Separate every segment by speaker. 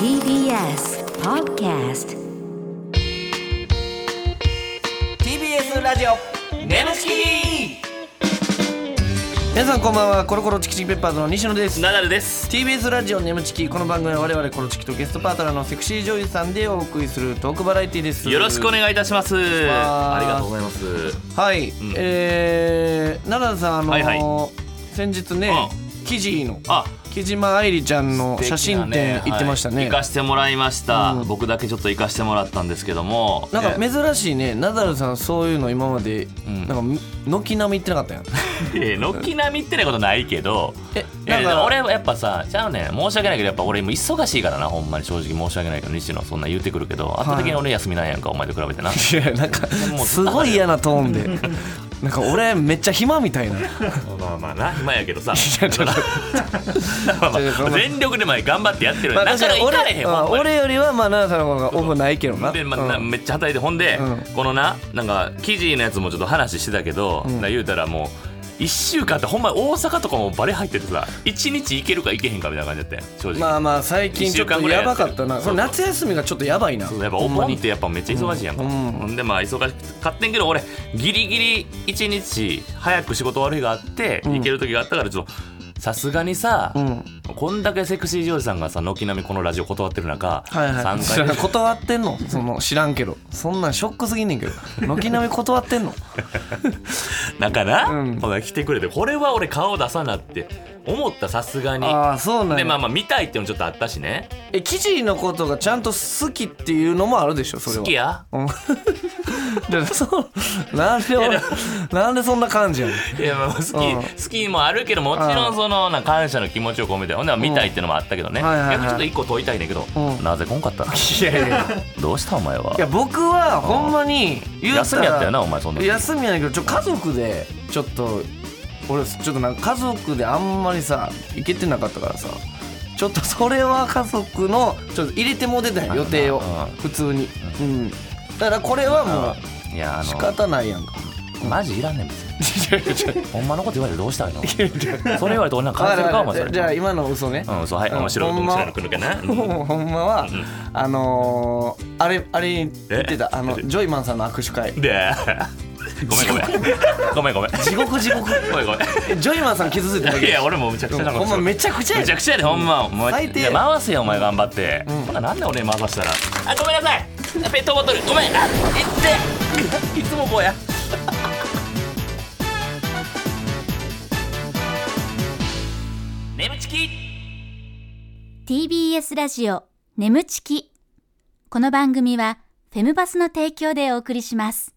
Speaker 1: TBS Podcast
Speaker 2: TBS ラジオ
Speaker 3: ムチ
Speaker 2: 皆さんこんばんはコロコロチキチキペッパーズの西野です
Speaker 3: ナダルです
Speaker 2: TBS ラジオ眠チキこの番組は我々コロチキとゲストパートナーのセクシー女優さんでお送りするトークバラエティです
Speaker 3: よろしくお
Speaker 2: い
Speaker 3: 願いいたします
Speaker 2: ます
Speaker 3: ありがとうございます
Speaker 2: はい、
Speaker 3: ん
Speaker 2: えー、奈良さんあのー
Speaker 3: はいは
Speaker 2: 先日ね、記事の
Speaker 3: あ
Speaker 2: 木島愛理ちゃんの写真展行ってましたね
Speaker 3: はい行かしてもらいました、
Speaker 2: うん
Speaker 3: 僕だけちょっと行かしてもらったんですけども
Speaker 2: なんか
Speaker 3: え
Speaker 2: 珍しいね、ナダルさんそういうの今まで、
Speaker 3: ん
Speaker 2: なんか軒並み行ってなかった やん
Speaker 3: え軒並みってなことないけど
Speaker 2: え
Speaker 3: いや
Speaker 2: だから
Speaker 3: 俺はやっぱさちゃうねん申し訳ないけどやっぱ俺今忙しいからなほんまに正直申し訳ないけど西野そんな言うてくるけど圧倒的に俺休みないやんか、お前と比べてな
Speaker 2: いやなんか
Speaker 3: もう
Speaker 2: すごい嫌なトーンでなんか俺めっちゃ暇みた いな
Speaker 3: まあまあな暇やけどさ
Speaker 2: やちょっと
Speaker 3: まあまあ
Speaker 2: ちょっとごめん
Speaker 3: 全力で前頑張ってやってる
Speaker 2: まあ
Speaker 3: だ
Speaker 2: 確
Speaker 3: か
Speaker 2: からに
Speaker 3: 行かれ
Speaker 2: 俺
Speaker 3: へん
Speaker 2: あ
Speaker 3: ほんまに
Speaker 2: 俺よりはまあ奈々さんの方がオフないけどな
Speaker 3: で、ま
Speaker 2: うん
Speaker 3: なめっちゃ働いてほんで、
Speaker 2: うん
Speaker 3: このななんか記事のやつもちょっと話してたけど、
Speaker 2: ん
Speaker 3: な言うたらもう1週間ってほんま大阪とかもバレ入っててさ1日行けるか行けへんかみたいな感じだったよ正直、
Speaker 2: まあまあ最近ちょっとやばかったな
Speaker 3: 一週間ぐらいやって
Speaker 2: そ
Speaker 3: る
Speaker 2: の夏休みがちょっとやばいな
Speaker 3: そうやっぱ
Speaker 2: ほ
Speaker 3: お
Speaker 2: んま
Speaker 3: 盆
Speaker 2: に
Speaker 3: ってやっぱめっちゃ忙しいやんか、
Speaker 2: うんうん
Speaker 3: ほんでまあ忙しかってんけど俺ギリギリ1日早く仕事終わる日があって、
Speaker 2: うん
Speaker 3: 行ける時があったからちょっとさすがにさ、
Speaker 2: うん
Speaker 3: こんだけセクシージョージさんがさ軒並みこのラジオ断ってる中、
Speaker 2: はい
Speaker 3: 3
Speaker 2: は
Speaker 3: 回
Speaker 2: い知らん断ってんのその知らんけどそんなんショックすぎんねんけど軒並み断ってんの
Speaker 3: なんかな、
Speaker 2: うん
Speaker 3: ほら来てくれてこれは俺顔出さなって思ったさすがに
Speaker 2: ああそうなん
Speaker 3: でまあ
Speaker 2: や
Speaker 3: まあ見たいっていうのちょっとあったしね
Speaker 2: え記事のことがちゃんと好きっていうのもあるでしょそれは
Speaker 3: 好き や
Speaker 2: うんだからそうなんで俺なんでそんな感じやねん
Speaker 3: いやまあ好き、
Speaker 2: うん
Speaker 3: 好きもあるけどもちろんそのなんか感謝の気持ちを込めてほんでまあ見たいっていうのもあったけどね、
Speaker 2: うんはいはいはい
Speaker 3: 逆にちょっと一個問いたいねんだけど、
Speaker 2: うん
Speaker 3: なぜこんかった
Speaker 2: いやいやいや
Speaker 3: どうしたお前はい
Speaker 2: や僕はほんまに言うたら
Speaker 3: 休みやったよなお前そんな時
Speaker 2: 休みやねんけどちょ家族でちょっと俺ちょっとなんか家族であんまりさ行けてなかったからさちょっとそれは家族のちょっと入れてもうてたんや予定を
Speaker 3: うん
Speaker 2: 普通にうんだからこれはも
Speaker 3: いやあ
Speaker 2: う仕
Speaker 3: の
Speaker 2: 方ないやんか
Speaker 3: マジいらんねん別 にほんまのこと言われてどうしたいのそれ言われて俺なんか
Speaker 2: あ
Speaker 3: 感じるか
Speaker 2: だ
Speaker 3: お前
Speaker 2: か
Speaker 3: そ
Speaker 2: ら
Speaker 3: れ
Speaker 2: じゃあ今の嘘ね
Speaker 3: うんそうはい面白い
Speaker 2: ほん
Speaker 3: 面
Speaker 2: ま
Speaker 3: 白いの来るかな、うん
Speaker 2: もうほんまは
Speaker 3: ん
Speaker 2: あのーあれあれ言ってたあのジョイマンさんの握手会
Speaker 3: で ごめんごめんごめんごめん
Speaker 2: 地獄地 獄
Speaker 3: ごめんごめん
Speaker 2: えジョイマンさん傷ついただけ
Speaker 3: い
Speaker 2: で
Speaker 3: や俺もうむちゃくちゃな
Speaker 2: ほんまめちゃくちゃ
Speaker 3: め
Speaker 2: や
Speaker 3: ちゃくちゃやでほんま、もう
Speaker 2: 最低
Speaker 3: いや回せよお前頑張って、
Speaker 2: ん
Speaker 3: ほんななんで俺に回させたらあごめんなさいペットボトルごめんあいってい つもこ うや眠ちき
Speaker 4: TBS ラジオ眠ちきこの番組はフェムバスの提供でお送りします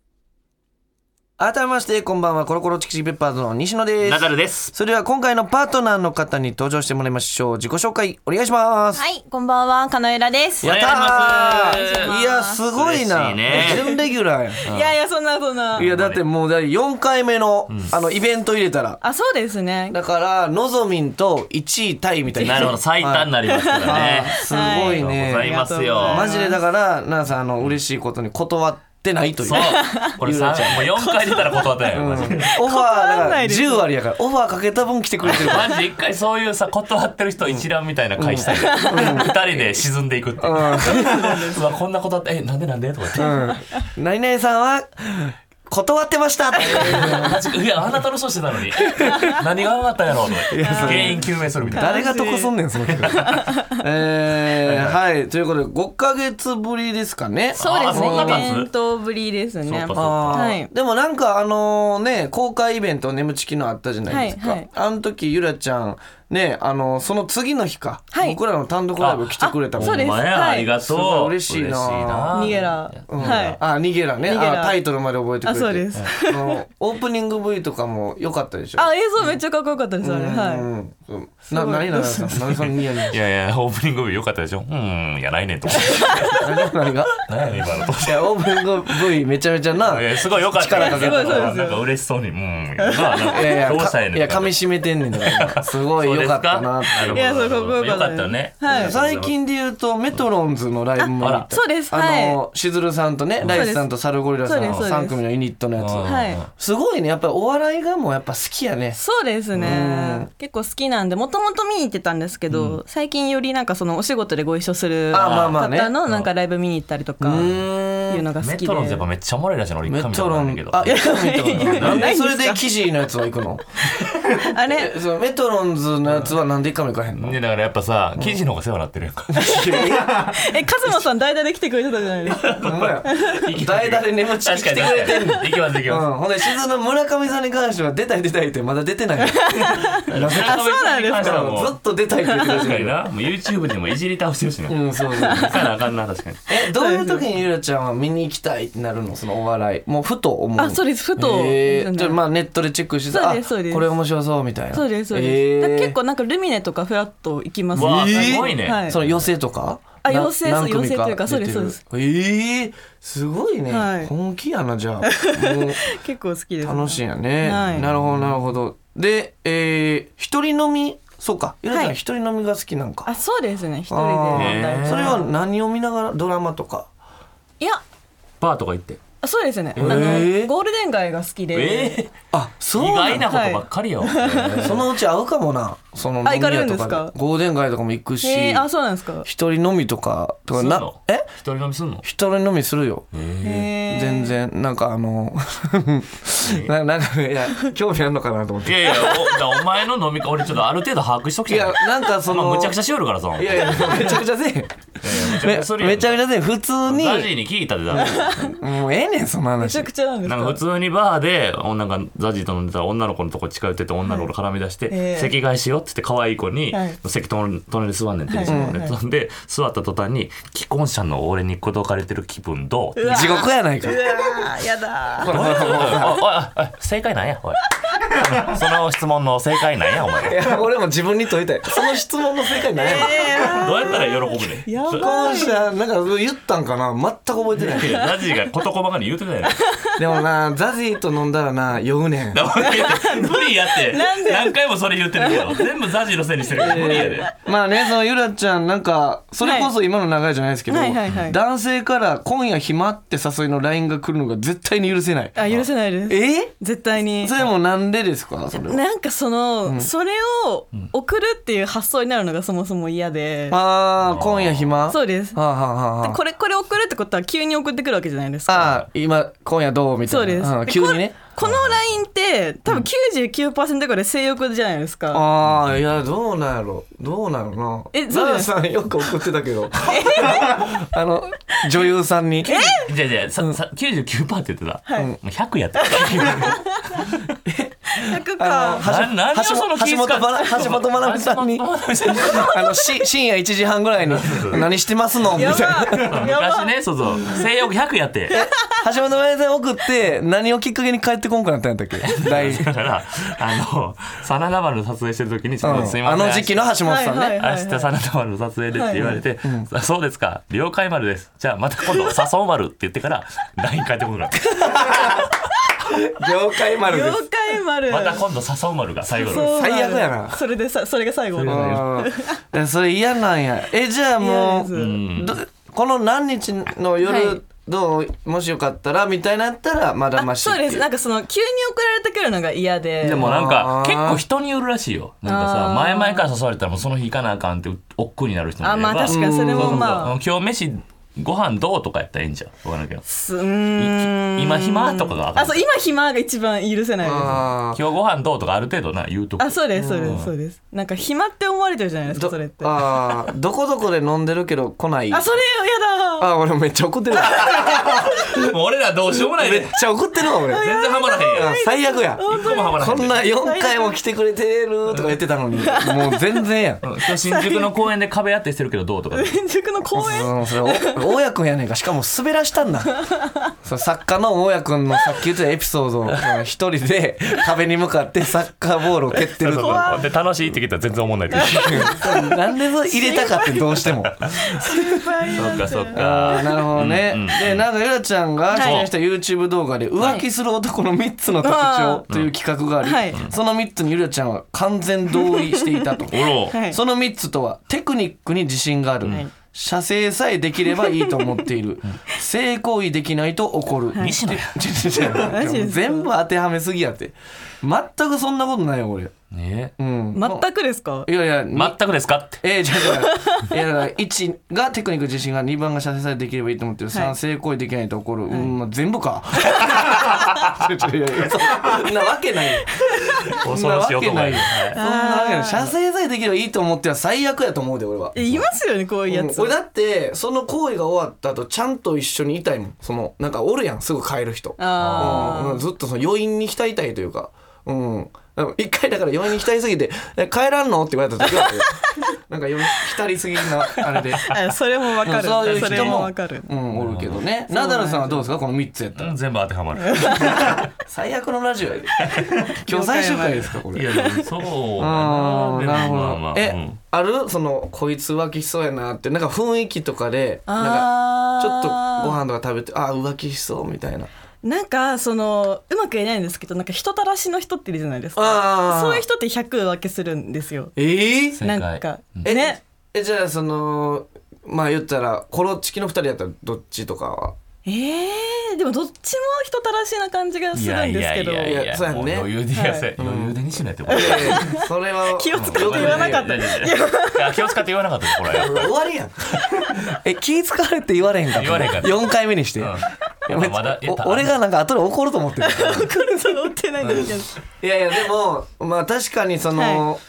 Speaker 2: 改めましてこんばんはコロコロチキチキペッパーズの西野で
Speaker 3: ナ
Speaker 2: す
Speaker 3: ダルです
Speaker 2: それでは今回のパートナーの方に登場してもらいましょう自己紹介お願いします、
Speaker 5: はい、こんばんは、かのえらです。い
Speaker 2: や
Speaker 5: や
Speaker 2: っ
Speaker 3: い
Speaker 2: たー
Speaker 3: お
Speaker 5: 願
Speaker 2: い
Speaker 5: いし
Speaker 2: や
Speaker 5: ます
Speaker 2: すごいな
Speaker 3: 嬉しいね
Speaker 2: 準レギュラーやん
Speaker 5: いや、そんなそん な。
Speaker 2: いやだってもうだ4回目の、あのイベント入れたら
Speaker 5: あ、そうですね。
Speaker 2: だからのぞみんと1位タイみたいな
Speaker 3: なるほど最短になりますからね
Speaker 2: あーすご
Speaker 3: あり
Speaker 2: い
Speaker 3: がとう
Speaker 2: ね、
Speaker 3: ございますよ
Speaker 2: マジでだから奈々さんあの嬉しいことに断ってないという
Speaker 3: そうこれさもう4回出たら断ったよ
Speaker 2: うんオ
Speaker 3: マ
Speaker 2: フ
Speaker 3: ジ
Speaker 2: ァー
Speaker 3: で
Speaker 2: だか
Speaker 5: ん
Speaker 2: ら
Speaker 5: ないです
Speaker 2: 10割やからオファーかけた分来てくれてる から
Speaker 3: マジで一回そういうさ断ってる人一覧みたいな会したい2人で沈んでいくっていううわこんなことあって「えなんでなんで?」とか言っ
Speaker 2: うん。何々さんは、断ってましたって。
Speaker 3: てマジか「いやあなたの人してたのに何があったんやろ?」とか言って原因究明するみたいな
Speaker 2: 誰が得すんねん、その人。えー、はい。ということで、5ヶ月ぶりですかね。
Speaker 5: そうです
Speaker 3: あそ
Speaker 5: ね、
Speaker 3: ん
Speaker 5: イ
Speaker 3: な感じ
Speaker 5: ベントぶりですね。
Speaker 3: そうかそうか
Speaker 5: は
Speaker 2: あー
Speaker 5: はい
Speaker 2: でもなんかあのね公開イベント「眠ちき」のあったじゃないですか、
Speaker 5: はいはい
Speaker 2: あの時ゆらちゃんねあのその次の日か、
Speaker 5: はい
Speaker 2: 僕らの単独ライブ来てくれたもん
Speaker 5: あそうです
Speaker 3: お前ら
Speaker 5: はい
Speaker 3: ありが
Speaker 2: すご
Speaker 3: と
Speaker 2: いう嬉しいな
Speaker 5: 逃げら。
Speaker 2: うん
Speaker 5: はい。
Speaker 2: あ逃げらね
Speaker 5: 逃げら
Speaker 2: あタイトルまで覚えてくれ
Speaker 5: あ、
Speaker 2: て
Speaker 5: そうです。
Speaker 2: あのオープニング V とかも良かったでしょ
Speaker 5: あ、映像めっちゃかっこよかったです、あれ。
Speaker 2: う
Speaker 5: は
Speaker 2: んうんな何々さん何そのニヤニヤ
Speaker 3: いやいやオープニング日良かったでしょうんいやないね んと思って
Speaker 2: 何何が
Speaker 3: 何やねん今のと
Speaker 2: いやオープニング V めちゃめちゃない
Speaker 3: やすごい良かった
Speaker 2: 力かけた
Speaker 3: なん
Speaker 5: すごいそうですよ
Speaker 3: か嬉ししそうにうんまあなんか
Speaker 2: いやいや
Speaker 3: どうしたん
Speaker 2: か
Speaker 3: やねん
Speaker 2: いや噛み締めてんねんだからすごい
Speaker 3: そう
Speaker 2: 良良かったなって
Speaker 3: なるほど
Speaker 5: いやそうかっこよかったです
Speaker 3: よかったね。
Speaker 5: はい
Speaker 2: 最近で言うとメトロンズのライブも
Speaker 3: あ
Speaker 2: 見
Speaker 3: ら
Speaker 2: た
Speaker 5: そうです
Speaker 2: あ
Speaker 5: はい
Speaker 2: のしずるさんとね
Speaker 5: です
Speaker 2: ライスさんとサルゴリラさん
Speaker 5: そうですそうです
Speaker 2: 3組のユニットのや
Speaker 3: うん
Speaker 2: つ
Speaker 5: はい
Speaker 2: すごいねやっぱりお笑いがもうやっぱ好きやね
Speaker 5: そうですね結構好きなんでもともと見に行ってたんですけど、最近よりなんかそのお仕事でご一緒する
Speaker 2: あまあまあね
Speaker 5: 方のなんかライブ見に行ったりと
Speaker 2: う
Speaker 5: かい
Speaker 2: ー
Speaker 5: うんのが好
Speaker 3: メ
Speaker 5: きで
Speaker 3: トロンズやっぱめっちゃおもろいらしいの俺一
Speaker 2: メ
Speaker 3: 回見た
Speaker 2: ト
Speaker 3: こと
Speaker 2: ロ
Speaker 3: ないんだ
Speaker 2: ン
Speaker 3: けど。
Speaker 2: あ一回見たことないない
Speaker 5: やや
Speaker 2: ん
Speaker 5: な
Speaker 2: で
Speaker 5: いん
Speaker 2: そ
Speaker 5: ですか
Speaker 2: れで記事のやつは行くの
Speaker 5: あれ
Speaker 2: えそうメトロンズのやつはなんで一回も行かへんの
Speaker 3: ねだからやっぱさ記事の方が世話になってるやんか。
Speaker 5: えカズマさん代打で来てくれてたじゃないですか
Speaker 2: ほんまや代打で眠っちゃっ
Speaker 3: 確
Speaker 2: て
Speaker 3: か
Speaker 2: きて
Speaker 3: に
Speaker 2: くれてん
Speaker 3: 確
Speaker 2: の
Speaker 3: かに。いきますいき
Speaker 2: う
Speaker 3: ま
Speaker 2: ん、ほんで静の村上さんに関しては出たい出たいってまだ出てない からなぜ
Speaker 3: す。
Speaker 2: か
Speaker 5: そうなんです
Speaker 3: 村上さ
Speaker 5: か
Speaker 3: に関してはもう
Speaker 2: ずっと出たいって言ってる
Speaker 3: 確か
Speaker 2: け
Speaker 3: に
Speaker 2: ど
Speaker 3: な。もう YouTube でもいじり倒してるしな。行
Speaker 2: うんそうそう
Speaker 3: かなあかんな確かに。
Speaker 2: えどういう時にゆらちゃんは見に行きたいってなるのそのお笑いもうふと思う
Speaker 5: あそうですふと、
Speaker 2: えー、じゃあま
Speaker 5: あ
Speaker 2: あネットでチェックして
Speaker 5: そう
Speaker 2: あ
Speaker 5: ですそうです
Speaker 2: これ面白そうみたいな
Speaker 5: そうですそうです、
Speaker 2: え
Speaker 5: だから
Speaker 2: ー、
Speaker 5: 結構なんかルミネとかフラット行きます
Speaker 3: わあ
Speaker 5: はい
Speaker 3: すごいね。
Speaker 5: は
Speaker 2: その寄せとか
Speaker 5: あ
Speaker 2: な
Speaker 5: 寄席
Speaker 2: 何組
Speaker 5: そう寄席というかそうです
Speaker 2: 出てるえー、すごいね、
Speaker 5: はい
Speaker 2: 本気やなじゃあ もう
Speaker 5: 結構好きです
Speaker 2: 楽しいんやね、
Speaker 5: はい
Speaker 2: なるほどなるほどでえー、一人飲みそうかゆらちゃん
Speaker 5: はい
Speaker 2: 一人飲みが好きなんか、
Speaker 5: あそうですね一人で
Speaker 2: あー
Speaker 5: だいぶ
Speaker 2: それは何を見ながらドラマとか
Speaker 5: いや
Speaker 3: バーとか行って。
Speaker 5: あそうですね、あ
Speaker 2: えー
Speaker 5: のゴールデン街が好きで、
Speaker 3: え
Speaker 2: あそう
Speaker 3: ー、意
Speaker 2: なんだ
Speaker 3: 外なことばっかりよ。
Speaker 2: そのうち会うかもなその飲み
Speaker 5: あ行かれ
Speaker 2: 屋
Speaker 5: るん
Speaker 2: と
Speaker 5: ですか
Speaker 2: かでゴールデン街とかも行くし
Speaker 5: へえあそうなんですか
Speaker 2: 一人飲みとかとか
Speaker 3: すん
Speaker 2: な
Speaker 3: の
Speaker 2: え
Speaker 3: 一人飲みすんの
Speaker 2: 一人飲みするよ
Speaker 5: へー
Speaker 2: 全然なんかあのななんかいや興味あるのかなと思っ
Speaker 3: い
Speaker 2: て
Speaker 3: やいや、おだお前の飲み会、俺ちょっとある程度把握しとき
Speaker 2: いや
Speaker 3: や。
Speaker 2: なんかそ
Speaker 3: その
Speaker 2: の
Speaker 3: むちゃくちゃしよるからさ。
Speaker 2: いやいやめちゃくちゃせえ
Speaker 3: めちゃ
Speaker 2: め
Speaker 3: くちゃするやん
Speaker 2: めちゃくちゃせえ普通に
Speaker 3: ザジーに聞いたでだ。
Speaker 2: もうええねんその
Speaker 5: めち
Speaker 2: 話
Speaker 5: ゃくちゃなんです
Speaker 3: な
Speaker 5: か
Speaker 3: んか普通にバーで、おなんかザジーと飲んでたら女の子のとこ近寄ってて女の子と絡み出して、
Speaker 5: ええ
Speaker 3: 席替えしようって言って可愛い子に、
Speaker 5: はい
Speaker 3: 席隣隣に座んねんって、
Speaker 5: はい
Speaker 3: その
Speaker 5: は
Speaker 3: ね
Speaker 5: いはい
Speaker 3: そんで座った途端に既婚者の俺に口説かれてる気分どう
Speaker 5: うわ
Speaker 2: 地獄やないか
Speaker 5: うわーやだー
Speaker 2: ほらほらほら
Speaker 3: おいおいおい正解なんやおい その質問の正解なんやお前
Speaker 2: いや俺も自分に問いたいその質問の正解ない
Speaker 3: どうやったら喜ぶねん
Speaker 5: やばい
Speaker 2: 婚者なんか言ったんかな全く覚えてない
Speaker 3: いやラジが事細かに言うてた やん。
Speaker 2: でもなザジーと飲んだらな酔うねん
Speaker 3: 無理やって。何回もそれ言ってるけど、全部ザジのせいにしてるけど、無理やで。
Speaker 2: まあねそのゆらちゃんなんかそれこそ今の流れじゃないですけど、
Speaker 5: はいはいはいはい
Speaker 2: 男性から「今夜暇?」って誘いの LINE が来るのが絶対に許せない
Speaker 5: あ許せないです
Speaker 2: え
Speaker 5: 絶対に
Speaker 2: それもなんでですかそれは
Speaker 5: なんかその、それを送るっていう発想になるのがそもそも嫌で、
Speaker 2: あー今夜暇
Speaker 5: そう
Speaker 2: で
Speaker 5: です、
Speaker 2: はあ、はあはあはあ、
Speaker 5: これこれ送るってことは急に送ってくるわけじゃないです
Speaker 2: あ
Speaker 5: か
Speaker 2: ー今今夜どうみたい
Speaker 5: そ
Speaker 2: な
Speaker 5: うです、
Speaker 2: ん
Speaker 5: で
Speaker 2: 急にね
Speaker 5: このこの LINE って多分99%ぐらい性欲じゃないですか、
Speaker 2: ああいやどうなんやろどうなんやろな
Speaker 5: えそうだよ
Speaker 2: 奈良さんよく送ってたけど あの女優さんに
Speaker 3: じゃあじゃあささ99%って言ってた。
Speaker 5: はい
Speaker 3: もう100やってた。
Speaker 5: 100
Speaker 2: あの
Speaker 5: か
Speaker 3: な何を
Speaker 2: 橋
Speaker 3: その
Speaker 2: 本橋
Speaker 3: 気遣
Speaker 2: 本ばな
Speaker 3: う
Speaker 2: 橋本まなみさんに
Speaker 3: 橋本まなみさんに
Speaker 2: あのし深夜1時半ぐらいに「何してますの?」みた
Speaker 5: や
Speaker 2: いな
Speaker 5: ばやば
Speaker 3: 昔ね、そうそう。性欲100やって。
Speaker 2: 橋本まなみさん送って何をきっかけに帰ってこんくなったんやったっけ LINE
Speaker 3: だから、あの、真田丸の撮影してる時に、ちょっとす
Speaker 2: う
Speaker 3: い
Speaker 2: ん
Speaker 3: ま
Speaker 2: あ
Speaker 3: せん。
Speaker 2: の時期の橋本さん
Speaker 5: はい
Speaker 2: ね
Speaker 5: はい
Speaker 3: 明日真田丸の撮影でって言われて、あそうですか、了解丸です。じゃあまた今度、笹尾丸って言ってから、LINE 書いてこなかった。
Speaker 2: 業界丸で
Speaker 5: 妖
Speaker 2: す
Speaker 5: 怪丸
Speaker 3: また今度、笹尾丸が最後の。
Speaker 5: そう
Speaker 2: 最悪やな
Speaker 5: それでさそれが最後
Speaker 2: うんそれ嫌なんやえじゃあも
Speaker 5: 嫌です
Speaker 2: うどこの何日の
Speaker 5: はい
Speaker 2: 夜どうもしよかったらみたいなやったらまだまし
Speaker 5: そう
Speaker 2: ってい
Speaker 5: ですなんかその急に送られてくるのが嫌で
Speaker 3: でもなん
Speaker 2: あ
Speaker 3: か
Speaker 2: ー
Speaker 3: 結構人によるらしいよなんかさ
Speaker 5: あー
Speaker 3: 前々から誘われたらもうその日行かなあかんってう億劫になる人もい
Speaker 5: あ
Speaker 3: れば
Speaker 5: まあ確かにそれ
Speaker 3: そうそう
Speaker 5: も
Speaker 3: そう
Speaker 5: まあ
Speaker 3: 今日飯ご飯どうとかやったらええんじゃん分からんけど
Speaker 5: すうーん
Speaker 3: い今暇とかがあかん
Speaker 5: あそう今暇が一番許せないです
Speaker 2: あー
Speaker 3: 今日ご飯どうとかある程度な言うとく
Speaker 5: あそうですそうですそうですなんか暇って思われてるじゃないですか
Speaker 2: ど
Speaker 5: それってあ
Speaker 2: あーどこどこで飲んでるけど来ない
Speaker 5: それやだ
Speaker 2: あ俺めっちゃ怒ってるわ
Speaker 3: もう俺らどうしようもない
Speaker 2: め
Speaker 3: で
Speaker 2: っちゃ怒ってるわ俺
Speaker 3: 全然ハマらへんや
Speaker 2: あ
Speaker 3: ん
Speaker 2: 最悪や
Speaker 3: 一個もハマらへ
Speaker 2: こ
Speaker 3: んで
Speaker 2: んな4回も来てくれてるとか言ってたのにもう全然やん
Speaker 3: うん今日新宿の公園で壁当てしてるけどどうとか
Speaker 5: 新宿の公園
Speaker 2: うんそれお大家くんやねんかしかも滑らしたんだそう作家の大家くんのさっき言ってたエピソードをその一人で壁に向かってサッカーボールを蹴ってるっていう
Speaker 3: で楽しいって聞いたら全然思わないけど
Speaker 2: そうなんでそれ入れたかってどうして も
Speaker 3: そうかそう
Speaker 2: あー
Speaker 3: か
Speaker 2: なるほどね、
Speaker 3: うんうん
Speaker 2: でなんかゆらちゃんが出演した YouTube 動画で浮気する男の3つの特徴という企画があり、
Speaker 5: はい
Speaker 2: その3つにゆらちゃんは完全同意していたと
Speaker 3: おろ、
Speaker 5: はい
Speaker 2: その3つとはテクニックに自信がある、
Speaker 5: い
Speaker 2: 射精さえできればいいと思っている性行為できないと怒る、
Speaker 3: 西野や
Speaker 2: ちょちょちょ
Speaker 5: マジです か
Speaker 2: 全部当てはめすぎやって全くそんなことないよ俺、
Speaker 3: ね
Speaker 2: うん、
Speaker 5: 全くですか
Speaker 2: いやいや、
Speaker 3: 全くですかって
Speaker 2: えー、じゃあじゃあいやだから1がテクニック自信が2番が射精さえできればいいと思ってる3、
Speaker 5: はい
Speaker 2: 性行為できないと怒る、うんまあ全部 かちょちょいやいやそんなわけない
Speaker 3: 恐ろしい男が
Speaker 2: そんなわけない
Speaker 3: いる
Speaker 2: よそんなわけない射精さえできればいいと思っては最悪やと思うで俺は。
Speaker 5: えいますよねこういうや
Speaker 2: うん
Speaker 5: つ、
Speaker 2: 俺だってその行為が終わった後ちゃんと一緒にいたいもんそのなんかおるやんすぐ帰る人
Speaker 5: あ
Speaker 2: うんずっとその余韻に浸りたいというか、うん。でも一回だから余韻に浸りすぎて、え帰らんのって言われた時は、なんか余韻浸りすぎなあれで。
Speaker 5: ーあそれもわかる
Speaker 2: そういう
Speaker 5: れ
Speaker 2: 人
Speaker 5: も
Speaker 2: も
Speaker 5: わかる
Speaker 2: うん、おるけどね。ナダルさんはどうですかこの3つやったら。
Speaker 3: うん全部当てはまる
Speaker 2: 最悪のラジオやで。 今日最終回ですかこ
Speaker 3: い
Speaker 2: れ。
Speaker 3: やでもそう
Speaker 2: あー
Speaker 3: だ
Speaker 2: なる
Speaker 3: で
Speaker 2: ほ
Speaker 3: も
Speaker 2: ど、
Speaker 3: まあまあう
Speaker 2: え
Speaker 3: ん、
Speaker 2: あるそのこいつ浮気しそうやなってなんか雰囲気とかでなんか
Speaker 5: あ
Speaker 2: ち
Speaker 5: ー
Speaker 2: ょっとご飯とか食べてあー浮気しそうみたいな
Speaker 5: なんかそのうまく言えないんですけどなんか人たらしの人っているじゃないですか
Speaker 2: ああ
Speaker 5: そういう人って100分けするんですよ
Speaker 2: えー、
Speaker 3: 正解
Speaker 5: なんか
Speaker 2: え
Speaker 5: ね
Speaker 2: えじゃあそのまあ言ったらコロチキの二人やったらどっちとかは
Speaker 5: えー、でもどっちも人たらしな感じがするんですけど
Speaker 3: いやいやいや
Speaker 2: そうやんね
Speaker 3: も余裕でやせ、余裕でにしないってこと
Speaker 2: ええそれ は
Speaker 5: 気を使って言わなかった
Speaker 3: いやいやいやいや気を使って言わなかったこれ
Speaker 2: うん終わりやん え気使われて言われへんかった
Speaker 3: 言われへんかった
Speaker 2: 4回目にして、
Speaker 3: うん
Speaker 2: いや
Speaker 3: まあ
Speaker 2: 別に
Speaker 3: まだ
Speaker 2: お俺がなんか後で怒ると思ってる
Speaker 5: これ揃ってないん ですけど
Speaker 2: いやいやでもまあ確かにその、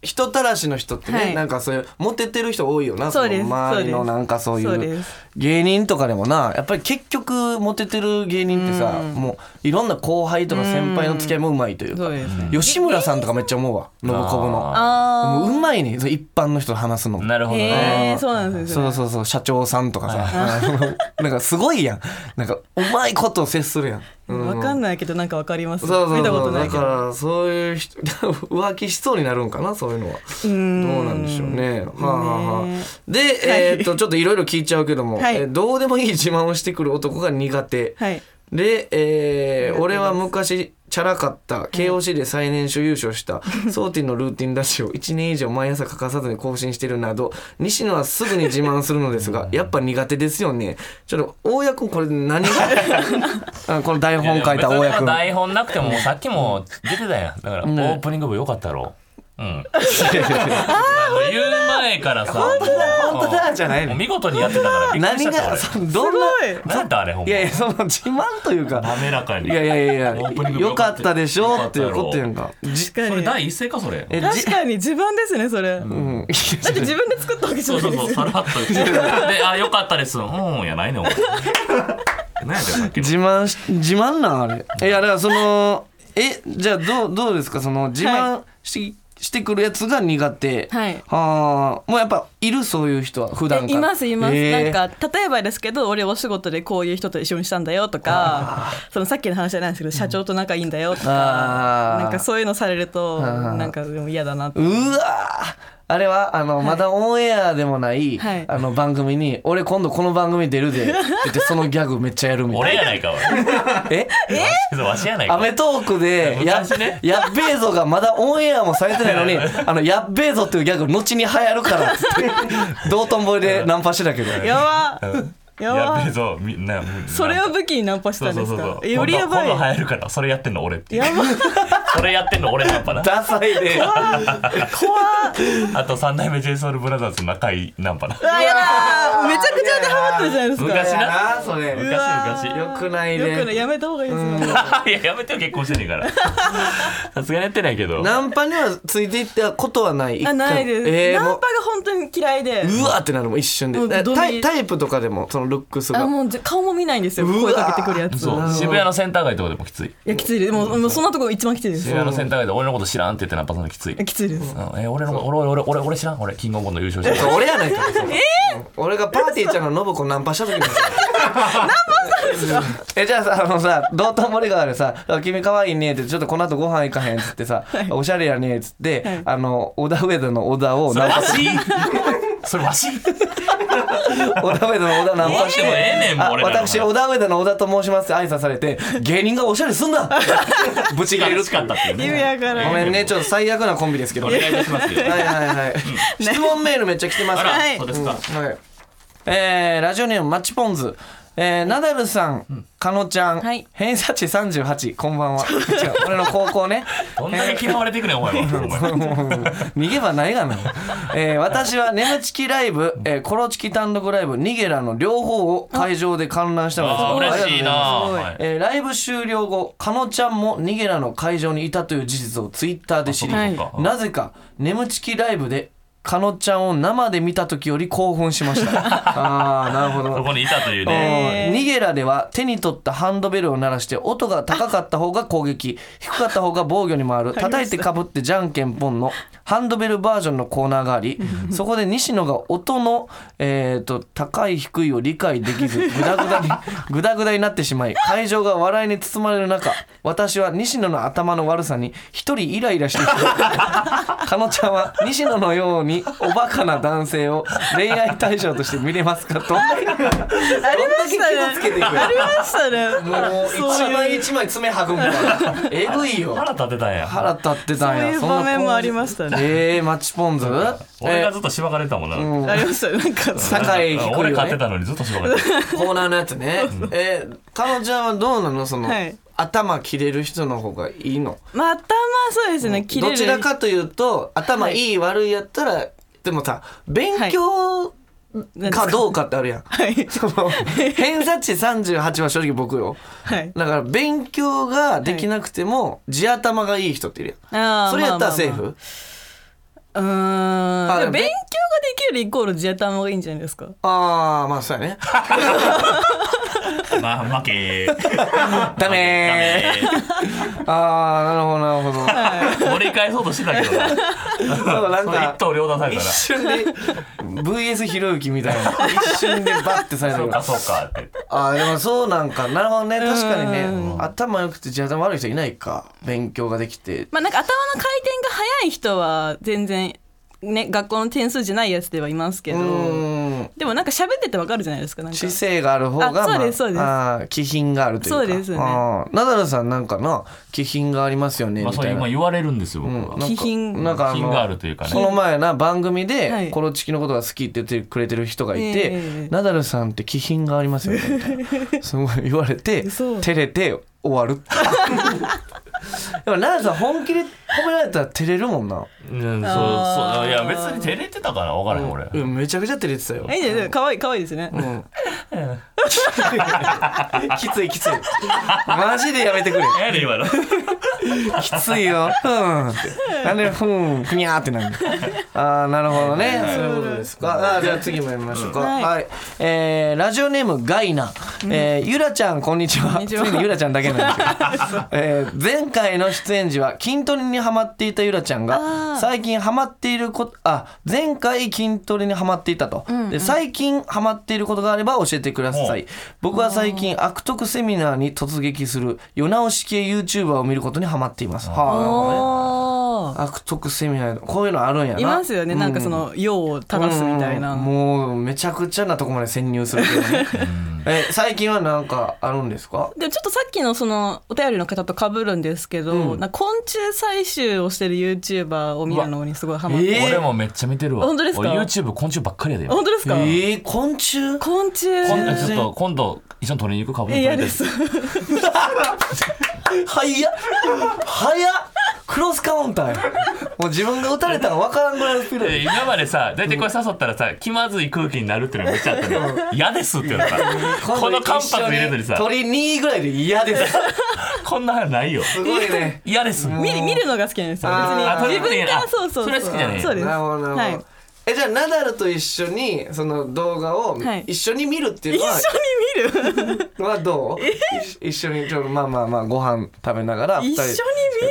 Speaker 2: 人たらしの人ってね、
Speaker 5: はい
Speaker 2: なんかそういうモテてる人多いよな
Speaker 5: そう
Speaker 2: の
Speaker 5: です
Speaker 2: 周りの
Speaker 5: そうです
Speaker 2: なんかそうい
Speaker 5: そう
Speaker 2: う
Speaker 5: です
Speaker 2: 芸人とかでもなやっぱり結局モテてる芸人ってさ、
Speaker 5: うん
Speaker 2: もういろんな後輩とか先輩の付き合いもうまいというか
Speaker 5: そうですね
Speaker 2: 吉村さんとかめっちゃ思うわノブコブの
Speaker 5: あ
Speaker 2: もううまいねその一般の人と話すの
Speaker 3: うん
Speaker 2: も
Speaker 3: なるほどね、
Speaker 5: へえー、そうなんですよ、
Speaker 2: そ
Speaker 5: ね、
Speaker 2: うそうそう社長さんとかさ なんかすごいやんなんかうまいことを接するやん、うん
Speaker 5: わかんないけどなんかわかりま
Speaker 2: そ
Speaker 5: す
Speaker 2: うそうそう
Speaker 5: 見たことない
Speaker 2: だ
Speaker 5: けど
Speaker 2: からそういう人 浮気しそうになるんかなそういうのは
Speaker 5: うー
Speaker 2: どうなんでしょうねはあ、はあは
Speaker 5: ね
Speaker 2: あ、で、えーっとちょっといろいろ聞いちゃうけども、
Speaker 5: はい
Speaker 2: えーどうでもいい自慢をしてくる男が苦手、
Speaker 5: はい
Speaker 2: で、えー
Speaker 5: 苦手です
Speaker 2: 俺は昔チャラかった KOC で最年少優勝した、 ソーティンのルーティンラジオ1年以上毎朝欠かさずに更新してるなど西野はすぐに自慢するのですがやっぱ苦手ですよねちょっと大家君これ 何があこの台本書いた大
Speaker 3: や
Speaker 2: 家君
Speaker 3: 台本なくてもさっきも出てたやんだからオ
Speaker 2: ん
Speaker 3: ープニングも良かったろうん、あの言う前からさ本当だ
Speaker 2: 本当だじゃないの
Speaker 3: 見事にやってたからびっくりし
Speaker 2: 何
Speaker 3: ちゃった
Speaker 2: が
Speaker 3: 俺
Speaker 2: そのどんな
Speaker 5: すごい
Speaker 3: 何やったあれほん
Speaker 2: い
Speaker 3: ま
Speaker 2: やいやその自慢というか
Speaker 3: 滑らか
Speaker 2: い
Speaker 3: に
Speaker 2: やいやいや
Speaker 3: オープニン
Speaker 2: いや
Speaker 3: グ
Speaker 2: よかったでし
Speaker 3: よ
Speaker 2: ょ
Speaker 3: か
Speaker 2: っ
Speaker 3: ってた
Speaker 2: い
Speaker 3: や
Speaker 2: う
Speaker 3: ろ
Speaker 2: ことやんか
Speaker 5: 確
Speaker 3: そ
Speaker 5: か
Speaker 3: れ
Speaker 5: に
Speaker 3: 第一声かそれ
Speaker 2: えじ
Speaker 5: 確かに自分ですねそれ、
Speaker 2: うんいや
Speaker 5: だって自分で作ったわけじゃ
Speaker 3: そう
Speaker 5: ない
Speaker 3: そう
Speaker 5: です
Speaker 3: そ
Speaker 5: よ
Speaker 3: うさらっと言ってであ良かったですうんやないねお前何やったよさっきの
Speaker 2: 自慢し自慢なんあれいやだからそのえじゃあどうどうですかその自慢し,、してくるやつが苦手
Speaker 5: はい
Speaker 2: はあもうやっぱいるそういう人は普段から
Speaker 5: いますいます、
Speaker 2: えー
Speaker 5: なんか例えばですけど俺お仕事でこういう人と一緒にしたんだよとかそのさっきの話じゃないんですけど社長と仲いいんだよと
Speaker 2: あ
Speaker 5: か、
Speaker 2: ー
Speaker 5: なんかそういうのされると
Speaker 2: ー
Speaker 5: なんかでも嫌だなって
Speaker 2: うわーあれはあの、まだオンエアでもない、
Speaker 5: はい
Speaker 2: あの番組に「俺今度この番組出るで」って 言ってそのギャグめっちゃやるみた
Speaker 3: 俺
Speaker 2: い
Speaker 3: やないかおい
Speaker 2: なえ
Speaker 3: わしやない
Speaker 2: ア
Speaker 3: か
Speaker 2: メトークでや,、
Speaker 3: 昔ね
Speaker 2: やっべえぞがまだオンエアもされてないの にあのやっべえぞっていうギャグ後に流行るからっつ って道頓堀でナンパしてたけど
Speaker 5: やばやば
Speaker 3: やべえぞみんなみんな
Speaker 5: それを武器にナンパした
Speaker 3: そうんそ
Speaker 5: で
Speaker 3: う
Speaker 5: す
Speaker 3: そう
Speaker 5: か
Speaker 3: そう
Speaker 5: よりやばい
Speaker 3: 今度今度流行るからそれやってんの俺って
Speaker 5: やばい
Speaker 3: それやってんの俺ナンパな
Speaker 2: ダサいで
Speaker 5: 怖っ
Speaker 3: あと三代目 JSOULBROTHERS の仲いいナンパな
Speaker 5: うわやだめちゃくちゃでハマってるじゃないですか
Speaker 3: 昔
Speaker 2: 昔
Speaker 3: な
Speaker 2: なそれ
Speaker 3: 昔
Speaker 2: よ
Speaker 3: 昔
Speaker 2: くない
Speaker 5: よくない
Speaker 2: ね
Speaker 5: やめた方がいいですよ
Speaker 3: いややめてよ結婚してねえ からさすがにやってないけど
Speaker 2: ナンパにはついていったことはない
Speaker 5: あないです、
Speaker 2: えー
Speaker 5: ナン
Speaker 2: も
Speaker 5: パが本当に嫌いで
Speaker 2: ううわーってなるもん一瞬
Speaker 5: もう
Speaker 2: で
Speaker 5: どん
Speaker 2: タイタイプとかでもそのルックス
Speaker 5: あ
Speaker 2: が
Speaker 5: もうじゃ顔も見ないんですよ
Speaker 2: うわ
Speaker 5: 声かけてくるやつ
Speaker 3: そう渋谷のセンター街とかでもきつい
Speaker 5: いやきついですもうもうそんなとこ一番きついです
Speaker 3: 渋谷のセンター街で俺のこと知らんって言ってナンパするのきつい、
Speaker 5: きついです
Speaker 3: うんえ俺のこと俺俺俺俺俺知らん俺キングオブコント優勝して
Speaker 2: 俺やないか俺がパーティーちゃんの信 子ナンパした時にさえじゃあさあのさ道頓堀川でさ「あ君可愛いね」って「ちょっとこの後ご飯行かへん」っつってさ「おしゃれやね」っつって、あの小田上田の小田を
Speaker 3: それ
Speaker 2: ナン
Speaker 3: わ
Speaker 2: パし
Speaker 3: しそれわし
Speaker 2: 小田上田の小田ナンパして
Speaker 3: どうしてもええねんもう
Speaker 2: あ
Speaker 3: 俺らの
Speaker 2: 私小田上田の小田と申しますって挨拶され て芸人がおしゃれすんなぶち切れる
Speaker 3: 楽しかったっていう
Speaker 5: 意味
Speaker 3: ね
Speaker 5: わから
Speaker 2: ご
Speaker 5: ん
Speaker 2: めんねちょっと最悪なコンビですけど
Speaker 3: お
Speaker 2: は
Speaker 3: 願い
Speaker 2: い
Speaker 3: いたしますよ
Speaker 2: はいはい質問メールめっちゃ来てます
Speaker 3: あ、
Speaker 2: から
Speaker 5: はい
Speaker 3: そうですか、
Speaker 2: はい。えー、ラジオネームマッチポンズ。えー、ナダルさん、かのちゃん、
Speaker 5: はい
Speaker 2: 偏差値38、こんばん は。違う俺の高校ね。
Speaker 3: どんだけ嫌われていくねんお 前は
Speaker 2: も
Speaker 3: お前
Speaker 2: う逃げ場ないがな、えー私は眠ちきライブ、えーコロチキ単独ライブニゲラの両方を会場で観覧したのです
Speaker 3: あー
Speaker 2: ありがとう
Speaker 3: 嬉しい
Speaker 2: ござ
Speaker 3: な
Speaker 2: ます
Speaker 5: すごい
Speaker 3: はい
Speaker 2: えーライブ終了後かのちゃんもニゲラの会場にいたという事実をツイッターで知り、
Speaker 5: あ
Speaker 3: そうか
Speaker 2: なぜか眠ちきライブでかのちゃんを生で見た時より興奮しましたあーなるほ
Speaker 3: そ
Speaker 2: ど
Speaker 3: こにいたというね
Speaker 5: へ
Speaker 2: うん
Speaker 5: ー
Speaker 2: ニゲラでは手に取ったハンドベルを鳴らして音が高かった方が攻撃低かった方が防御に回る叩いてかぶってじゃんけんぽんのハンドベルバージョンのコーナーがありそこで西野が音の、えー、と高い低いを理解できずグダグダにグダグダになってしまい会場が笑いに包まれる中私は西野の頭の悪さに一人イライラしてきてかのちゃんは西野のようにおバカな男性を恋愛対象として見れますかと。どんだけ
Speaker 5: ありましたね
Speaker 2: 傷つけていく
Speaker 5: ありましたね
Speaker 2: もう
Speaker 5: そう
Speaker 2: 一枚一枚爪剥ぐみたいな。えぐいよ。
Speaker 3: 腹立てたんや
Speaker 2: 腹立ってたんや。
Speaker 5: そういう
Speaker 2: そんな
Speaker 5: 場面
Speaker 2: ポン
Speaker 5: もありましたね
Speaker 2: ええマッチポン酢。
Speaker 3: 俺
Speaker 2: え
Speaker 3: がずっとしばかれてたもんな、
Speaker 2: ーうん
Speaker 5: ありましたねなんか
Speaker 2: さ酒井低いよね
Speaker 3: 俺勝ってたのにずっとしばかれてた
Speaker 2: コーナーのやつね。えー、彼女はどうなのその、
Speaker 5: はい
Speaker 2: 頭切れる人の方がいいの。
Speaker 5: まあ頭そうですね切れ
Speaker 2: ど
Speaker 5: る
Speaker 2: ちらかというと頭いい悪いやったら、でもさ勉強かどうかってある やん。
Speaker 5: はい
Speaker 2: その偏差値38は正直僕よ。
Speaker 5: はい
Speaker 2: だから勉強ができなくても、地頭がいい人っているやん。
Speaker 5: あー
Speaker 2: それやったらセー
Speaker 5: まあまあまあ
Speaker 2: フ
Speaker 5: うー
Speaker 2: あで
Speaker 5: んで
Speaker 2: も
Speaker 5: も勉強ができるイコール地頭がいいんじゃないですか
Speaker 2: ああまあそうや ね
Speaker 3: まあ負け
Speaker 2: ダメーああなるほどなる
Speaker 3: ー盛り返そうとしてたけどな
Speaker 2: ほど そうなん
Speaker 3: それ一
Speaker 2: か
Speaker 3: 刀両断され
Speaker 2: 一
Speaker 3: たら
Speaker 2: 瞬で VS ひろゆきみたいな一瞬でバッてされた
Speaker 3: そう
Speaker 2: か
Speaker 3: からそうかって
Speaker 2: ああでもそうなんかなるほどね確かにね
Speaker 5: う
Speaker 2: 頭良くて地頭悪い人いないか勉強ができて
Speaker 5: まあなんか頭の回転が速い人は全然ね学校の点数じゃないやつではいますけ
Speaker 2: う
Speaker 5: ど
Speaker 2: ーん
Speaker 5: でもなんか喋っててわかるじゃないですかなんか
Speaker 2: 知性がある方が
Speaker 5: あそうですそうです
Speaker 2: まあ、あー気品があるというか
Speaker 5: そうですね
Speaker 2: あーナダルさんなんかな気品がありますよね
Speaker 3: まあ
Speaker 2: み
Speaker 3: そう
Speaker 2: たいな
Speaker 3: 今言われるんですよ僕
Speaker 2: うん
Speaker 3: は
Speaker 2: なんか
Speaker 5: 気品
Speaker 2: なんかあの
Speaker 3: 品があるというか
Speaker 2: そ
Speaker 3: ね
Speaker 2: の前な番組
Speaker 5: は
Speaker 2: で
Speaker 5: い
Speaker 2: コロチキのことが好きって言ってくれてる人がいて、
Speaker 5: ええ
Speaker 2: ナダルさんって気品がありますよねみたいなすごい言われて
Speaker 5: 嘘
Speaker 2: 照れて終わる でもナダルさん本気で褒められたら照れるもんな
Speaker 3: うんそうそうい
Speaker 5: あー
Speaker 3: や別に照れてたから分からへん俺
Speaker 2: うんめちゃくちゃ照れてたよ
Speaker 5: えいいね可愛い可愛いですね
Speaker 2: うんきついきついマジでやめてくれ
Speaker 3: 何やねん今の
Speaker 2: きついようんってなんでふんふにゃーってなるああなるほどねそういうことですかあーじゃあ次もやりましょうか、
Speaker 5: うん
Speaker 2: はい、
Speaker 5: はい
Speaker 2: えーラジオネームガイナ、えーゆらちゃんこんにちは
Speaker 5: こんにちは
Speaker 2: ついにゆらちゃんだけなんです けど、えー前回の出演時は筋トレにハマっていたゆらちゃんが最近ハマっていることあ前回筋トレにハマっていたと、で最近ハマっていることがあれば教えてください僕は最近悪徳セミナーに突撃する世直し系 YouTuber を見ることにハマっていますはあなるほどね
Speaker 5: おー
Speaker 2: 悪徳セミナーこういうのあるんやない
Speaker 5: ますよねなんかその用を垂らすみたい
Speaker 2: うん
Speaker 5: な
Speaker 2: もうめちゃくちゃなとこまで潜入するけどね え最近は何かあるんですか
Speaker 5: でもちょっとさっきのそのお便りの方とかぶるんですけど、
Speaker 2: うん
Speaker 5: なんか昆虫採集をしてる YouTuber を見るのにすごいハマって、
Speaker 2: うわえー
Speaker 3: 俺もめっちゃ見てるわ
Speaker 5: 本当ですか
Speaker 3: 俺 YouTube 昆虫ばっかりやで今
Speaker 5: 本当です
Speaker 2: え
Speaker 5: か、
Speaker 2: ー、昆虫
Speaker 5: 昆虫
Speaker 3: 今
Speaker 2: 全
Speaker 3: 度
Speaker 2: 然
Speaker 3: ちょっと今度一緒に取りに行くかぶ
Speaker 5: え嫌です
Speaker 2: 早っ早っクロスカウンターやもう自分が打たれたら分からんぐらいのスピードで
Speaker 3: え今までさ大体これ誘ったらさ、気まずい空気になるっていうのがめっちゃあったのよ嫌ですって言うのさこの間髪入れずにさ
Speaker 2: 鳥2位ぐらいで嫌です
Speaker 3: こんなはないよ
Speaker 2: すごいね
Speaker 3: 嫌です
Speaker 2: もう
Speaker 5: 見る見るのが好きなんですよ
Speaker 2: あー
Speaker 5: 別に自分か
Speaker 3: あ
Speaker 5: らそうそう
Speaker 3: それ好きじゃねえ
Speaker 5: そうで す
Speaker 2: なるほどなるほど、
Speaker 5: はい
Speaker 2: えじゃあナダルと一緒にその動画を
Speaker 5: はい
Speaker 2: 一緒に見るっていう
Speaker 5: 一
Speaker 2: のは、
Speaker 5: 緒に見る
Speaker 2: はどう一緒にちょっとまあまあまあご飯食べながら
Speaker 5: 一緒に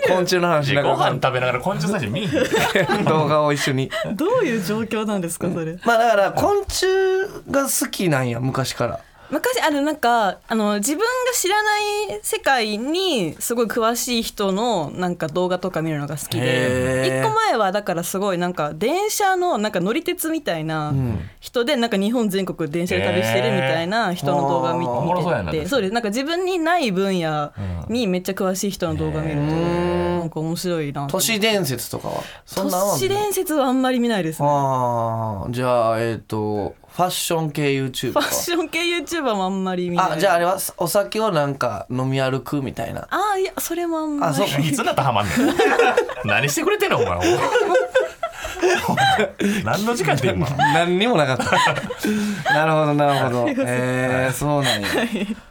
Speaker 5: 見
Speaker 2: 昆虫の話し
Speaker 3: い
Speaker 2: な
Speaker 3: やご
Speaker 2: が
Speaker 3: 飯食べながら昆虫最初見えへ
Speaker 2: ら
Speaker 3: ん
Speaker 2: 動画を一緒に
Speaker 5: どういう状況なんですかそれ
Speaker 2: まあだから昆虫が好きなんや昔から
Speaker 5: 昔あのなんかあの自分が知らない世界にすごい詳しい人のなんか動画とか見るのが好きで
Speaker 2: へー
Speaker 5: 一個前はだからすごいなんか電車のなんか乗り鉄みたいなん人でなんか日本全国電車で旅してるみたいな人の動画を見
Speaker 2: へー
Speaker 3: おもろそうやな
Speaker 5: 見ててそうですなんか自分にない分野にめっちゃ詳しい人の動画見るとなんか面白いなと
Speaker 2: 都市伝説とかはそんなんは
Speaker 5: 都市伝説はあんまり見ないですね
Speaker 2: あーじゃあえっ、とファッション系 YouTube
Speaker 5: フ
Speaker 2: か
Speaker 5: ァッション系 YouTuber もあんまり見ない
Speaker 2: あじゃああれはお酒をなんか飲み歩くみた いな
Speaker 5: ああいやそれもあんまり
Speaker 2: あそうか
Speaker 3: いつになったらハマんねん何してくれてんのお前お前何の時間で今
Speaker 2: 何にもなかった。 なるほどなるほど。えー、そうなんや。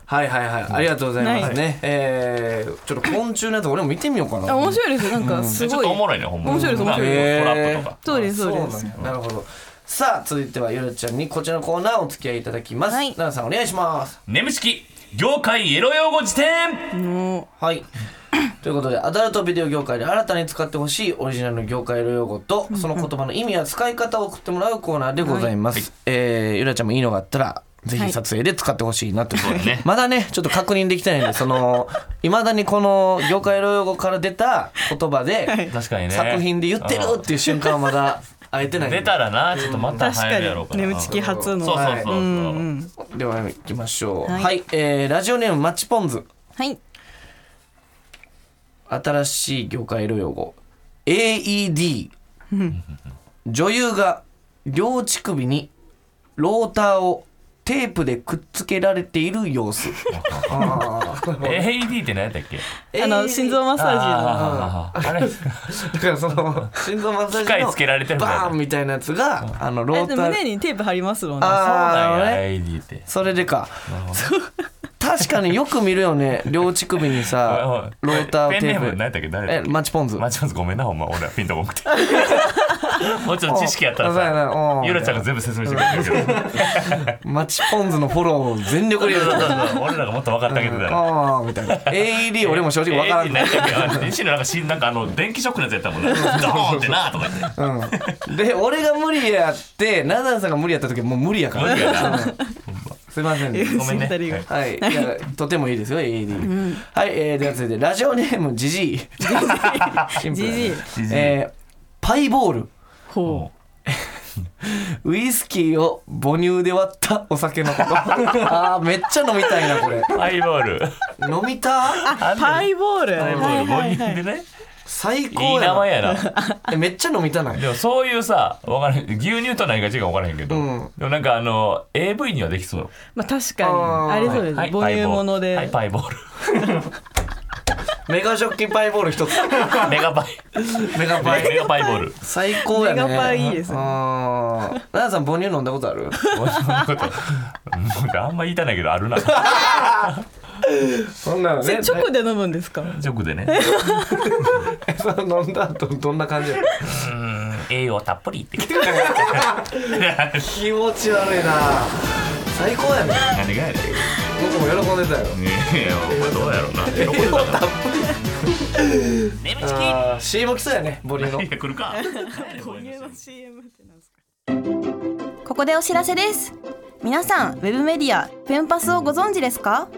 Speaker 2: はいはいはい。ありがとうございますね。えー、ちょっと昆虫のやつ俺も見てみようか
Speaker 5: あ
Speaker 2: な。
Speaker 5: 面白いですよなんか
Speaker 3: ち
Speaker 5: す
Speaker 3: ょっ
Speaker 5: ごい、
Speaker 3: とおもろいねほんま
Speaker 5: 面白いです面白い
Speaker 3: ト
Speaker 2: え
Speaker 3: ラ
Speaker 2: ー
Speaker 3: ップとか
Speaker 5: そうですそうです
Speaker 2: あなんやなるほど。さあ続いてはゆるちゃんにこちらのコーナーお付き合いいただきます。
Speaker 5: は
Speaker 2: はいい、奈良さんお願いします。
Speaker 3: 眠ちき業界エロ用語辞典
Speaker 5: も
Speaker 2: はい。 ということでアダルトビデオ業界で新たに使ってほしいオリジナルの業界用語とその言葉の意味や使い方を送ってもらうコーナーでございます、えーゆらちゃんもいいのがあったらぜひ撮影で使ってほしいなと、
Speaker 3: そうだね
Speaker 2: まだ ねちょっと確認できてないんでそのいまだにこの業界用語から出た言葉 で
Speaker 3: 確かにね
Speaker 2: 作品で言ってるっていう瞬間はまだ会えてないんで
Speaker 3: 出たらなちょっとま
Speaker 5: う
Speaker 3: た流
Speaker 5: 確
Speaker 3: 行
Speaker 5: か
Speaker 3: るやろうか
Speaker 5: に
Speaker 3: ら
Speaker 5: 眠ちき初
Speaker 3: そ
Speaker 5: の
Speaker 3: うそう
Speaker 5: は
Speaker 3: そう
Speaker 2: はい
Speaker 3: そう、
Speaker 5: うんうん
Speaker 2: では行きましょうは、
Speaker 5: はいい
Speaker 2: えーラジオネームマッチポンズ
Speaker 5: い
Speaker 2: 新しい業界用語 AED 女優が両乳首にローターをテープでくっつけられている様子あ
Speaker 3: AED って何やったっけ
Speaker 5: あの心臓マッサー
Speaker 3: あーあれ
Speaker 2: だからその心臓マッサージの
Speaker 3: 機械つけられてるみたい な
Speaker 2: バーンみたいなやつがあのロ
Speaker 5: ジのあ
Speaker 2: ー
Speaker 5: で
Speaker 2: タ
Speaker 5: も
Speaker 2: ー
Speaker 5: 胸にテープ貼りますもんね
Speaker 2: あーあのね
Speaker 3: AED って
Speaker 2: それでか
Speaker 3: るほど
Speaker 2: そう確かによく見るよ ね両乳首にさローターを
Speaker 3: ペン
Speaker 2: テ
Speaker 3: ネーム何や
Speaker 2: ー
Speaker 3: ったっけ
Speaker 2: プ
Speaker 3: 誰
Speaker 2: え
Speaker 3: だっけ
Speaker 2: マッチポンズ
Speaker 3: マチョンズごめんなほんま俺はピンとこなく てもうちょっと知識やったら
Speaker 2: そうやな
Speaker 3: さ
Speaker 2: うん
Speaker 3: ゆらちゃんが全部説明してくれてるけど
Speaker 2: マッチポンズのフォローを全力でやる
Speaker 3: 俺らがもっと分かってあげてたら
Speaker 2: ああみたいな AED 俺も正直わからん
Speaker 3: AED 何やったっけあ西野なんかしなんかあの電気ショックのやつやったもん ねドーンってなとか言って
Speaker 2: うんで俺が無理やってナダンさんが無理やった時はもう無理やか
Speaker 3: 無
Speaker 2: ら
Speaker 3: 理やな
Speaker 2: すいませんね
Speaker 3: ごめんね
Speaker 5: 二人が
Speaker 3: はい
Speaker 2: はい、いやとてもいいですよ AED、はい、えー、では続いてラジオネームジジイシンプルだね
Speaker 5: ジジイ
Speaker 3: ジジイ
Speaker 2: えーパイボール
Speaker 5: ほ
Speaker 2: ウイスキーを母乳で割ったお酒のことあーめっちゃ飲みたいなこれ
Speaker 3: ハイボール
Speaker 2: 飲みた
Speaker 5: うパイボール
Speaker 3: ハイボ
Speaker 5: は
Speaker 3: ール
Speaker 5: いはい
Speaker 3: 5
Speaker 5: は
Speaker 3: 人
Speaker 5: い
Speaker 3: でね
Speaker 2: 最高
Speaker 3: いい名前
Speaker 2: や
Speaker 3: やな
Speaker 2: なえめっちゃ飲みた ない
Speaker 3: でもそういうさわからん牛乳と何が違うか分からへんけどで
Speaker 2: うん
Speaker 3: もなんかあの AV にはできそう
Speaker 5: まあ確か
Speaker 2: あ
Speaker 5: に
Speaker 2: ー
Speaker 5: あれそうです
Speaker 3: はい
Speaker 5: 母乳もの
Speaker 3: はい
Speaker 5: で
Speaker 3: パイボール
Speaker 2: メガジョッキパイボール一つ
Speaker 3: メガ パイ
Speaker 2: メガパイ
Speaker 3: メガパイボール
Speaker 2: 最高やね
Speaker 5: メガパイいいですね
Speaker 2: あー奈々さん母乳飲んだことある
Speaker 3: 俺そんなことなんかあんま言いたないけどある な
Speaker 2: そんなのね
Speaker 5: チョコで飲むんですか
Speaker 3: 直でね
Speaker 2: その飲んだ後どんな感じやろ
Speaker 3: うん栄養たっぷりって
Speaker 2: 気持ち悪いな最高やね
Speaker 3: 何がやね
Speaker 2: 僕も喜んでたよ
Speaker 3: んいやお 前どうやろうな喜んでたかな眠ちき
Speaker 2: あー CM 来そうやね母乳の
Speaker 3: いや来る か
Speaker 5: ここでお知らせです皆さんウェブメディアフェムパスをご存知ですか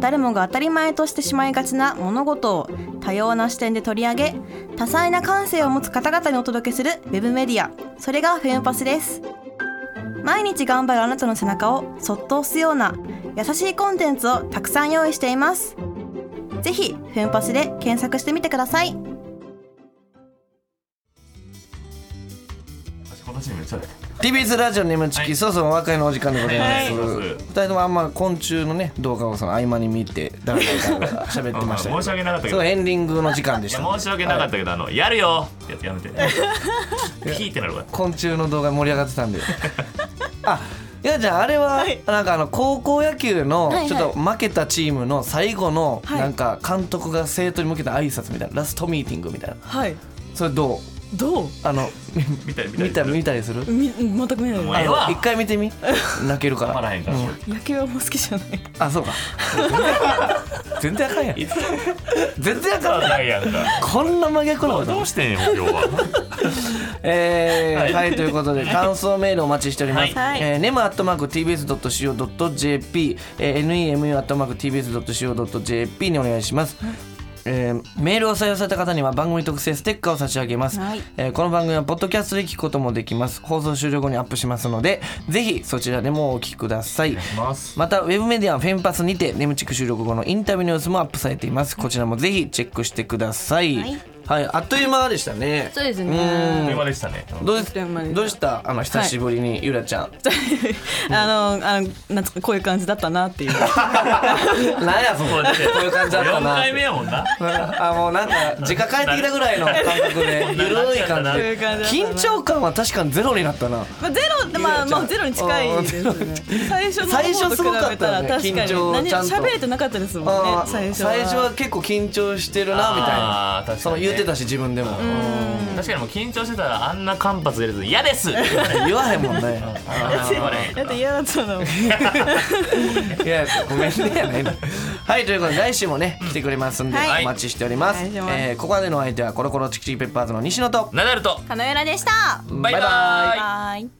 Speaker 5: 誰もが当たり前としてしまいがちな物事を多様な視点で取り上げ多彩な感性を持つ方々にお届けするウェブメディアそれがフェムパスです毎日頑張るあなたの背中をそっと押すような優しいコンテンツをたくさん用意していますぜひフェムパスで検索してみてください
Speaker 3: 今年めっちゃだ
Speaker 2: TBS ラジオ眠ちき、
Speaker 3: はい
Speaker 2: そろそろお別れのお時間でございます、
Speaker 3: はいはい
Speaker 2: 2人ともあんま昆虫のね動画をその合間に見てだらだらだらだら喋ってましたけど
Speaker 3: 申し訳なかったけ
Speaker 2: そう
Speaker 3: どい
Speaker 2: エンディングの時間でし
Speaker 3: や
Speaker 2: た、
Speaker 3: 申し訳なかったけどあのやるよややめて 聞いてなるわ
Speaker 2: 昆虫の動画盛り上がってたん であゆうちゃんあれは、なんかあの高校野球の
Speaker 5: い
Speaker 2: ちょっと負けたチームの最後の
Speaker 5: はい
Speaker 2: なんか監督が生徒に向けた挨拶みたいなラストミーティングみたいな
Speaker 5: はい
Speaker 2: それどう
Speaker 6: どう
Speaker 2: あの
Speaker 3: 見 たり見
Speaker 2: 見
Speaker 3: た
Speaker 2: た
Speaker 3: り
Speaker 2: 見たりする
Speaker 6: み全く見ない
Speaker 3: もう
Speaker 6: あ
Speaker 3: ええわ
Speaker 2: あ一回見てみ泣けるか
Speaker 3: たまら
Speaker 2: ら
Speaker 3: へんからこれ
Speaker 6: 野球はもう好きじゃない
Speaker 2: あ そうか全然あかんやん
Speaker 3: いつ
Speaker 2: 全然あかん
Speaker 3: かないやんか
Speaker 2: こんな真逆なこ
Speaker 3: ど
Speaker 2: と
Speaker 3: うしてんよ今日は
Speaker 2: えー
Speaker 3: は
Speaker 2: はいい、ということで感想メールお待ちしております、
Speaker 6: はい
Speaker 2: えー、nemu アットマーク tbs.co.jp、えー、nemu アットマーク tbs.co.jp にお願いします、えーメールを採用された方には番組特製ステッカーを差し上げます、
Speaker 5: はい
Speaker 2: えーこの番組はポッドキャストで聞くこともできます放送終了後にアップしますのでぜひそちらでもお聞きください
Speaker 3: ます
Speaker 2: またウェブメディアフェンパスにてネムチク収録後のインタビューの様子もアップされていますこちらもぜひチェックしてください、はいあっという間でしたね
Speaker 6: そうです
Speaker 2: うん
Speaker 6: ね
Speaker 3: 今でしたね
Speaker 2: どうで
Speaker 6: あっという間です
Speaker 2: どうしたあの久しぶりにゆらちゃん、
Speaker 6: あのあのなんつうかこういう感じだったなっ ていう
Speaker 2: なんやそこ
Speaker 3: こ
Speaker 2: こういう感じだった
Speaker 3: 4
Speaker 2: な
Speaker 3: 回目やもんな
Speaker 2: あもうなんか実家帰ってきたぐらいの感覚 でゆるい感じ
Speaker 6: こういう感じだった
Speaker 2: 緊
Speaker 6: な
Speaker 2: 張感は確かにゼロになったな
Speaker 6: まあ、ゼロってまあまあゼロに近いですよ ね最初の
Speaker 2: 最初
Speaker 6: 方
Speaker 2: す
Speaker 6: と
Speaker 2: ごか
Speaker 6: 比
Speaker 2: っ
Speaker 6: べ
Speaker 2: た
Speaker 6: た
Speaker 2: よ
Speaker 6: ら
Speaker 2: ね
Speaker 6: 確かに
Speaker 2: 緊張
Speaker 6: 何
Speaker 2: ちゃんと
Speaker 6: 喋れてなかったですもん
Speaker 2: あ
Speaker 6: ね
Speaker 2: ー
Speaker 6: 最初は
Speaker 2: 最初は結構緊張してるなみたいな
Speaker 3: あー確かにね
Speaker 2: その言ってたし自分でも
Speaker 3: 確かにもう緊張してたらあんな間髪入れずに嫌ですって言われへん
Speaker 2: 言わへんもんね
Speaker 3: 言われへん
Speaker 6: だって嫌だったの
Speaker 2: いやごめんねやないのはいということで来週もね来てくれますんで
Speaker 3: はい
Speaker 2: お待ちしております
Speaker 6: お願いします
Speaker 2: えーここまでのお相手はコロコロチキチキペッパーズの西野と
Speaker 3: ナダルと
Speaker 5: 金浦でした
Speaker 3: バイバイ
Speaker 5: バイ